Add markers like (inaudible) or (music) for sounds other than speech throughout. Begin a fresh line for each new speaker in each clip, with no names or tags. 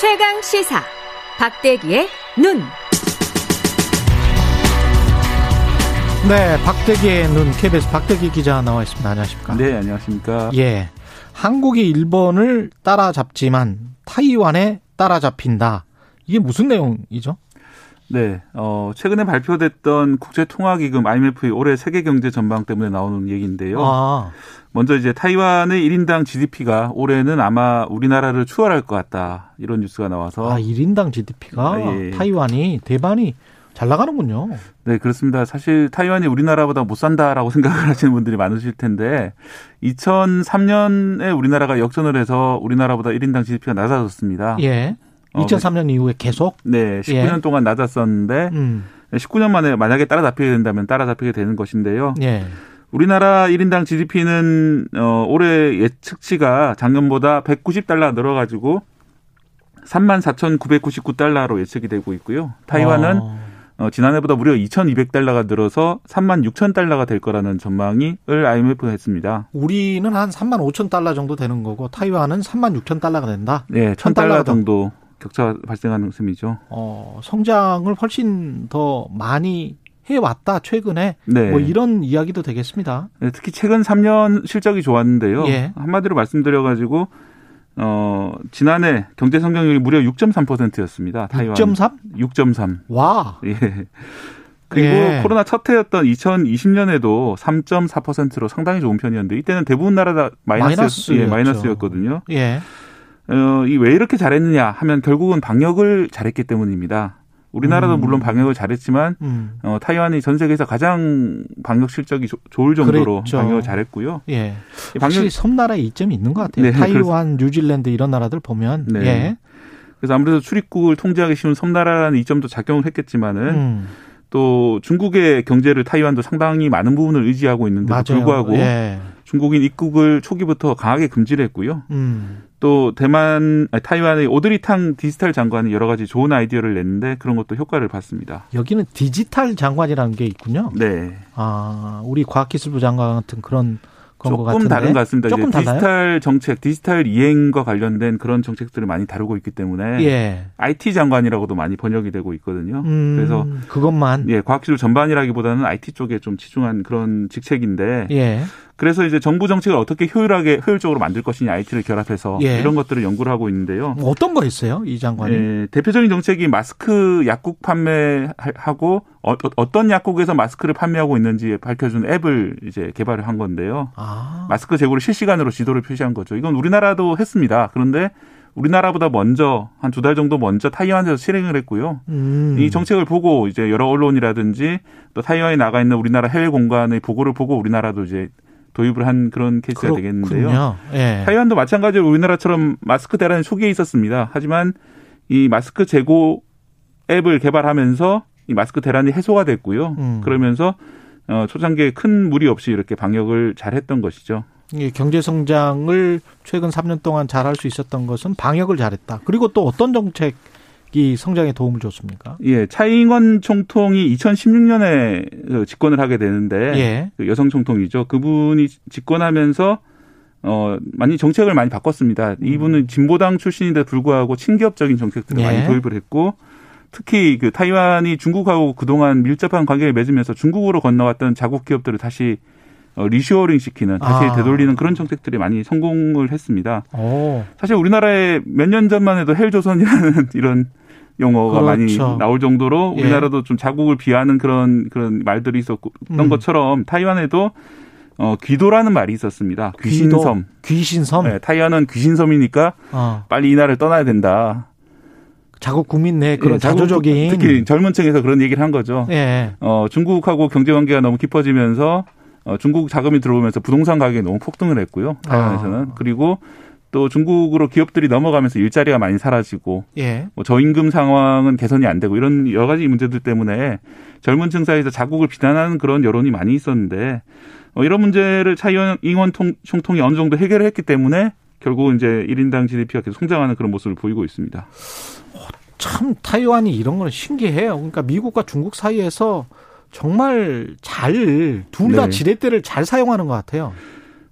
최강 시사 박대기의 눈.
네, 박대기의 눈 KBS 박대기 기자 나와 있습니다. 안녕하십니까?
네, 안녕하십니까?
예. 한국이 일본을 따라잡지만 타이완에 따라잡힌다. 이게 무슨 내용이죠?
네, 어, 최근에 발표됐던 국제통화기금 IMF의 올해 세계 경제 전망 때문에 나오는 얘기인데요.
아,
먼저 이제 타이완의 1인당 GDP가 올해는 아마 우리나라를 추월할 것 같다. 이런 뉴스가 나와서
아 1인당 GDP가
아, 예, 예.
타이완이 대만이 잘 나가는군요.
네, 그렇습니다. 사실 타이완이 우리나라보다 못 산다라고 (laughs) 생각을 하시는 분들이 많으실 텐데 2003년에 우리나라가 역전을 해서 우리나라보다 1인당 GDP가 낮아졌습니다.
예.
어,
2003년 이후에 계속
네, 19년 동안 낮았었는데
음.
19년 만에 만약에 따라잡히게 된다면 따라잡히게 되는 것인데요.
예.
우리나라 1인당 GDP는 어, 올해 예측치가 작년보다 190달러 늘어가지고 34,999달러로 예측이 되고 있고요. 타이완은
어,
어, 지난해보다 무려 2,200달러가 늘어서 36,000달러가 될 거라는 전망을 IMF가 했습니다.
우리는 한 3만 5천 달러 정도 되는 거고 타이완은 3만 6천 달러가 된다.
네,
1,000달러
1,000달러 정도 격차가 발생하는 셈이죠.
어, 성장을 훨씬 더 많이 해왔다 최근에
네.
뭐 이런 이야기도 되겠습니다.
네, 특히 최근 3년 실적이 좋았는데요.
예.
한마디로 말씀드려가지고 어, 지난해 경제 성장률이 무려 6.3%였습니다. 타이완
6.3?
6.3.
와.
예. 그리고
예.
코로나 첫 해였던 2020년에도 3.4%로 상당히 좋은 편이었는데 이때는 대부분 나라가 마이너스,
마이너스였죠.
예, 마이너스였거든요.
예.
어, 이 왜 이렇게 잘했느냐 하면 결국은 방역을 잘했기 때문입니다. 우리나라도
음.
물론 방역을 잘했지만
음.
어, 타이완이 전 세계에서 가장 방역 실적이 조- 좋을 정도로
그랬죠.
방역을 잘했고요.
예.
이 방역
확실히 섬나라에 이점이 있는 것 같아요.
네,
타이완, 뉴질랜드 이런 나라들 보면
네.
예.
그래서 아무래도 출입국을 통제하기 쉬운 섬나라라는 이점도 작용을 했겠지만은
음,
또 중국의 경제를 타이완도 상당히 많은 부분을 의지하고 있는데도
맞아요.
불구하고
예.
중국인 입국을 초기부터 강하게 금지를 했고요.
음.
또 대만, 아니, 타이완의 오드리탕 디지털 장관이 여러 가지 좋은 아이디어를 냈는데 그런 것도 효과를 봤습니다.
여기는 디지털 장관이라는 게 있군요.
네.
아, 우리 과학기술부 장관 같은 그런 건 것
조금
같은데.
다른 것 같습니다.
조금
이제
달라요?
디지털 정책, 디지털 이행과 관련된 그런 정책들을 많이 다루고 있기 때문에
예.
IT 장관이라고도 많이 번역이 되고 있거든요.
음,
네. 그래서
그것만
예, 과학기술 전반이라기보다는 IT 쪽에 좀 치중한 그런 직책인데
예.
그래서 이제 정부 정책을 어떻게 효율하게 효율적으로 만들 것이냐 IT를 결합해서
예.
이런 것들을 연구를 하고 있는데요.
뭐 어떤 거 했어요? 이 장관이?
예, 대표적인 정책이 마스크 약국 판매하고 어, 어떤 약국에서 마스크를 판매하고 있는지 밝혀준 앱을 이제 개발을 한 건데요.
아.
마스크 재고를 실시간으로 지도를 표시한 거죠. 이건 우리나라도 했습니다. 그런데 우리나라보다 먼저 한 두 달 정도 먼저 타이완에서 실행을 했고요.
음.
이 정책을 보고 이제 여러 언론이라든지 또 타이완에 나가 있는 우리나라 해외 공간의 보고를 보고 우리나라도 이제 도입을 한 그런 케이스가 되겠는데요.
그렇군요. 예.
네. 타이완도 마찬가지로 우리나라처럼 마스크 대란이 초기에 있었습니다. 하지만 이 마스크 재고 앱을 개발하면서 이 마스크 대란이 해소가 됐고요.
음.
그러면서 어, 초창기에 큰 무리 없이 이렇게 방역을 잘했던 것이죠.
이 경제 성장을 최근 3년 동안 잘할 수 있었던 것은 방역을 잘했다. 그리고 또 어떤 정책이 성장에 도움을 줬습니까?
예, 차이잉원 총통이 2016년에 어, 집권을 하게 되는데
예.
그 여성 총통이죠. 그분이 집권하면서 어 많이 정책을 많이 바꿨습니다.
음.
이분은 진보당 출신인데 불구하고 친기업적인 정책들을
예.
많이 도입을 했고 특히 그 타이완이 중국하고 그동안 밀접한 관계를 맺으면서 중국으로 건너갔던 자국 기업들을 다시 어, 리쇼어링 시키는 다시
아.
되돌리는 그런 정책들이 많이 성공을 했습니다.
오.
사실 우리나라에 몇 년 전만 해도 헬조선이라는 (laughs) 이런 용어가
그렇죠.
많이 나올 정도로
예.
우리나라도 좀 자국을 비하하는 그런 그런 말들이 있었고 그런
음.
것처럼 타이완에도 어, 귀도라는 말이 있었습니다. 귀신섬.
귀도, 귀신섬.
네, 타이완은 귀신섬이니까
어.
빨리 이 나라를 떠나야 된다.
자국 국민 내 네, 그런
예, 자국-
자조적인
특히 젊은 층에서 그런 얘기를 한 거죠.
예.
어, 중국하고 경제 관계가 너무 깊어지면서 어, 중국 자금이 들어오면서 부동산 가격이 너무 폭등을 했고요.
아.
타이완에서는. 그리고 또 중국으로 기업들이 넘어가면서 일자리가 많이 사라지고
예.
뭐 저임금 상황은 개선이 안 되고 이런 여러 가지 문제들 때문에 젊은 층 사이에서 자국을 비난하는 그런 여론이 많이 있었는데 어, 이런 문제를 차이원 잉원 통- 총통이 어느 정도 해결을 했기 때문에 결국은 이제 1인당 GDP가 계속 성장하는 그런 모습을 보이고 있습니다.
참 타이완이 이런 거는 신기해요. 그러니까 미국과 중국 사이에서 정말 잘 둘 다
네.
지렛대를 잘 사용하는 것 같아요.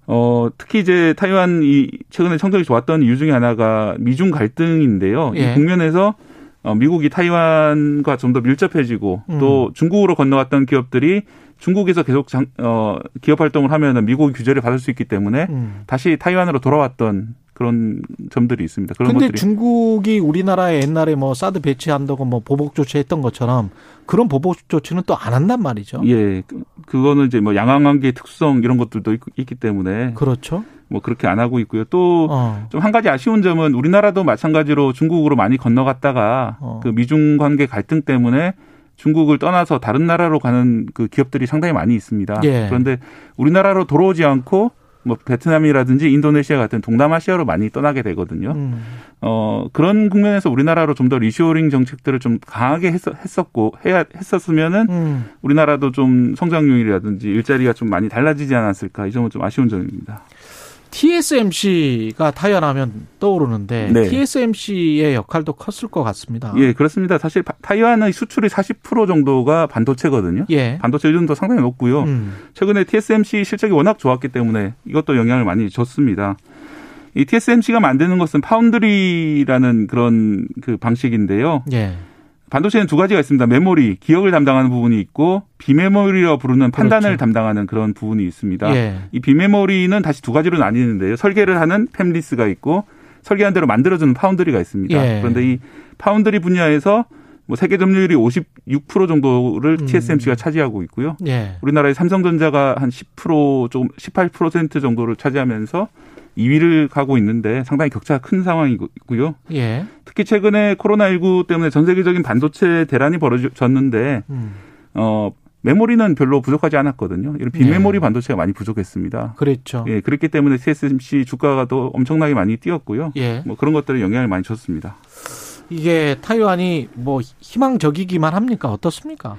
어, 특히 이제 타이완이 최근에 성적이 좋았던 이유 중에 하나가 미중 갈등인데요.
예.
이 국면에서 어, 미국이 타이완과 좀 더 밀접해지고
음.
또 중국으로 건너갔던 기업들이 중국에서 계속 장, 어, 기업 활동을 하면은 미국 규제를 받을 수 있기 때문에
음.
다시 타이완으로 돌아왔던 그런 점들이 있습니다. 그런
근데
것들이
중국이 우리나라에 옛날에 뭐 사드 배치한다고 뭐 보복 조치했던 것처럼 그런 보복 조치는 또 안 한단 말이죠.
예, 그- 그거는 이제 뭐 양안관계 의 특성 이런 것들도 있, 있기 때문에
그렇죠.
뭐 그렇게 안 하고 있고요. 또 좀 한
어.
가지 아쉬운 점은 우리나라도 마찬가지로 중국으로 많이 건너갔다가
어.
그 미중 관계 갈등 때문에 중국을 떠나서 다른 나라로 가는 그 기업들이 상당히 많이 있습니다.
예.
그런데 우리나라로 돌아오지 않고 뭐 베트남이라든지 인도네시아 같은 동남아시아로 많이 떠나게 되거든요.
음.
어, 그런 국면에서 우리나라로 좀 더 리쇼링 정책들을 좀 강하게 했, 었고 해야, 했었으면은
음.
우리나라도 좀 성장률이라든지 일자리가 좀 많이 달라지지 않았을까 이 점은 좀 아쉬운 점입니다.
TSMC가 타연하면 떠오르는데
네.
TSMC의 역할도 컸을 것 같습니다.
예, 그렇습니다. 사실 바- 타이완의 수출이 40% 정도가 반도체거든요.
예.
반도체 의존도 상당히 높고요.
음.
최근에 TSMC 실적이 워낙 좋았기 때문에 이것도 영향을 많이 줬습니다. 이 TSMC가 만드는 것은 파운드리라는 그런 그 방식인데요.
예.
반도체는 두 가지가 있습니다. 메모리, 기억을 담당하는 부분이 있고 비메모리라고 부르는 판단을
그렇죠.
담당하는 그런 부분이 있습니다.
예.
이 비메모리는 다시 두 가지로 나뉘는데요. 설계를 하는 팸리스가 있고 설계한 대로 만들어주는 파운드리가 있습니다.
예.
그런데 이 파운드리 분야에서 뭐 세계 점유율이 56% 정도를 TSMC가 차지하고 있고요.
예.
우리나라의 삼성전자가 한 10% 조금 18% 정도를 차지하면서 2위를 가고 있는데 상당히 격차가 큰 상황이고요.
예.
특히 최근에 코로나19 때문에 전 세계적인 반도체 대란이 벌어졌는데
음.
어 메모리는 별로 부족하지 않았거든요. 이런 비메모리 반도체가 많이 부족했습니다.
그렇죠.
예, 그렇기 때문에 TSMC 주가가 또 엄청나게 많이 뛰었고요.
예.
뭐 그런 것들에 영향을 많이 줬습니다.
이게 타이완이 뭐 희망적이기만 합니까? 어떻습니까?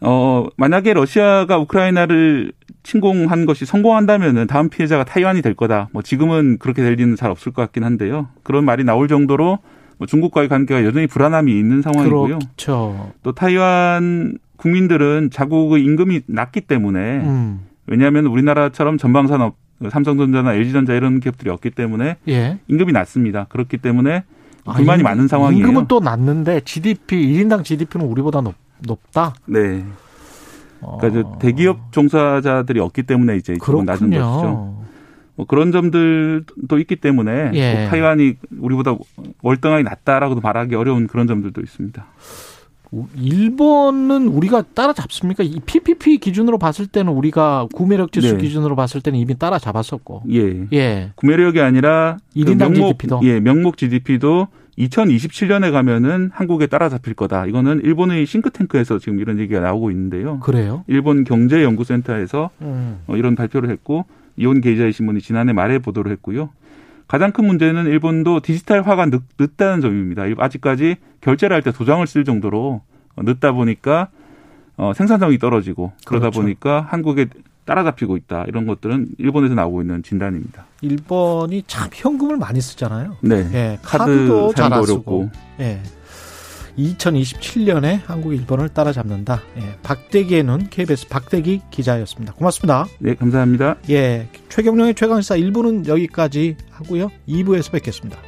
어, 만약에 러시아가 우크라이나를 침공한 것이 성공한다면은 다음 피해자가 타이완이 될 거다. 뭐 지금은 그렇게 될 일은 잘 없을 것 같긴 한데요. 그런 말이 나올 정도로 뭐 중국과의 관계가 여전히 불안함이 있는 상황이고요.
그렇죠.
또 타이완 국민들은 자국의 임금이 낮기 때문에
음.
왜냐하면 우리나라처럼 전방산업 삼성전자나 LG전자 이런 기업들이 없기 때문에
예.
임금이 낮습니다. 그렇기 때문에
아,
불만이
임-
많은 상황이에요.
임금은 또 낮는데 GDP 1인당 GDP는 우리보다 높, 높다.
네.
어,
그러니까 이제 대기업 종사자들이 없기 때문에 이제 조금 낮은 것이죠.
그렇군요.
뭐 그런 점들도 있기 때문에
예.
뭐 타이완이 우리보다 월등하게 낮다라고도 말하기 어려운 그런 점들도 있습니다.
우- 일본은 우리가 따라잡습니까? 이 PPP 기준으로 봤을 때는 우리가 구매력 지수
네.
기준으로 봤을 때는 이미 따라잡았었고.
예.
예.
구매력이 아니라 그
일인당
명목,
GDP도?
예, 명목 GDP도 2027년에 가면은 한국에 따라잡힐 거다. 이거는 일본의 싱크탱크에서 지금 이런 얘기가 나오고 있는데요.
그래요?
일본 경제연구센터에서
음.
어, 이런 발표를 했고 이온 게이자이 신문이 지난해 말에 보도를 했고요. 가장 큰 문제는 일본도 디지털화가 늦, 늦다는 점입니다. 일- 아직까지 결제를 할 때 도장을 쓸 정도로 어, 늦다 보니까 어, 생산성이 떨어지고 그러다
그렇죠.
보니까 한국에 따라잡히고 있다. 이런 것들은 일본에서 나오고 있는 진단입니다.
일본이 참 현금을 많이 쓰잖아요.
네.
예.
카드
카드도 잘
사용도
안 쓰고.
어렵고.
예. 2027년에 한국 일본을 따라잡는다. 예. 박대기의 눈 KBS 박대기 기자였습니다. 고맙습니다.
네, 감사합니다.
예. 최경령의 최강시사 1부는 여기까지 하고요. 2부에서 뵙겠습니다.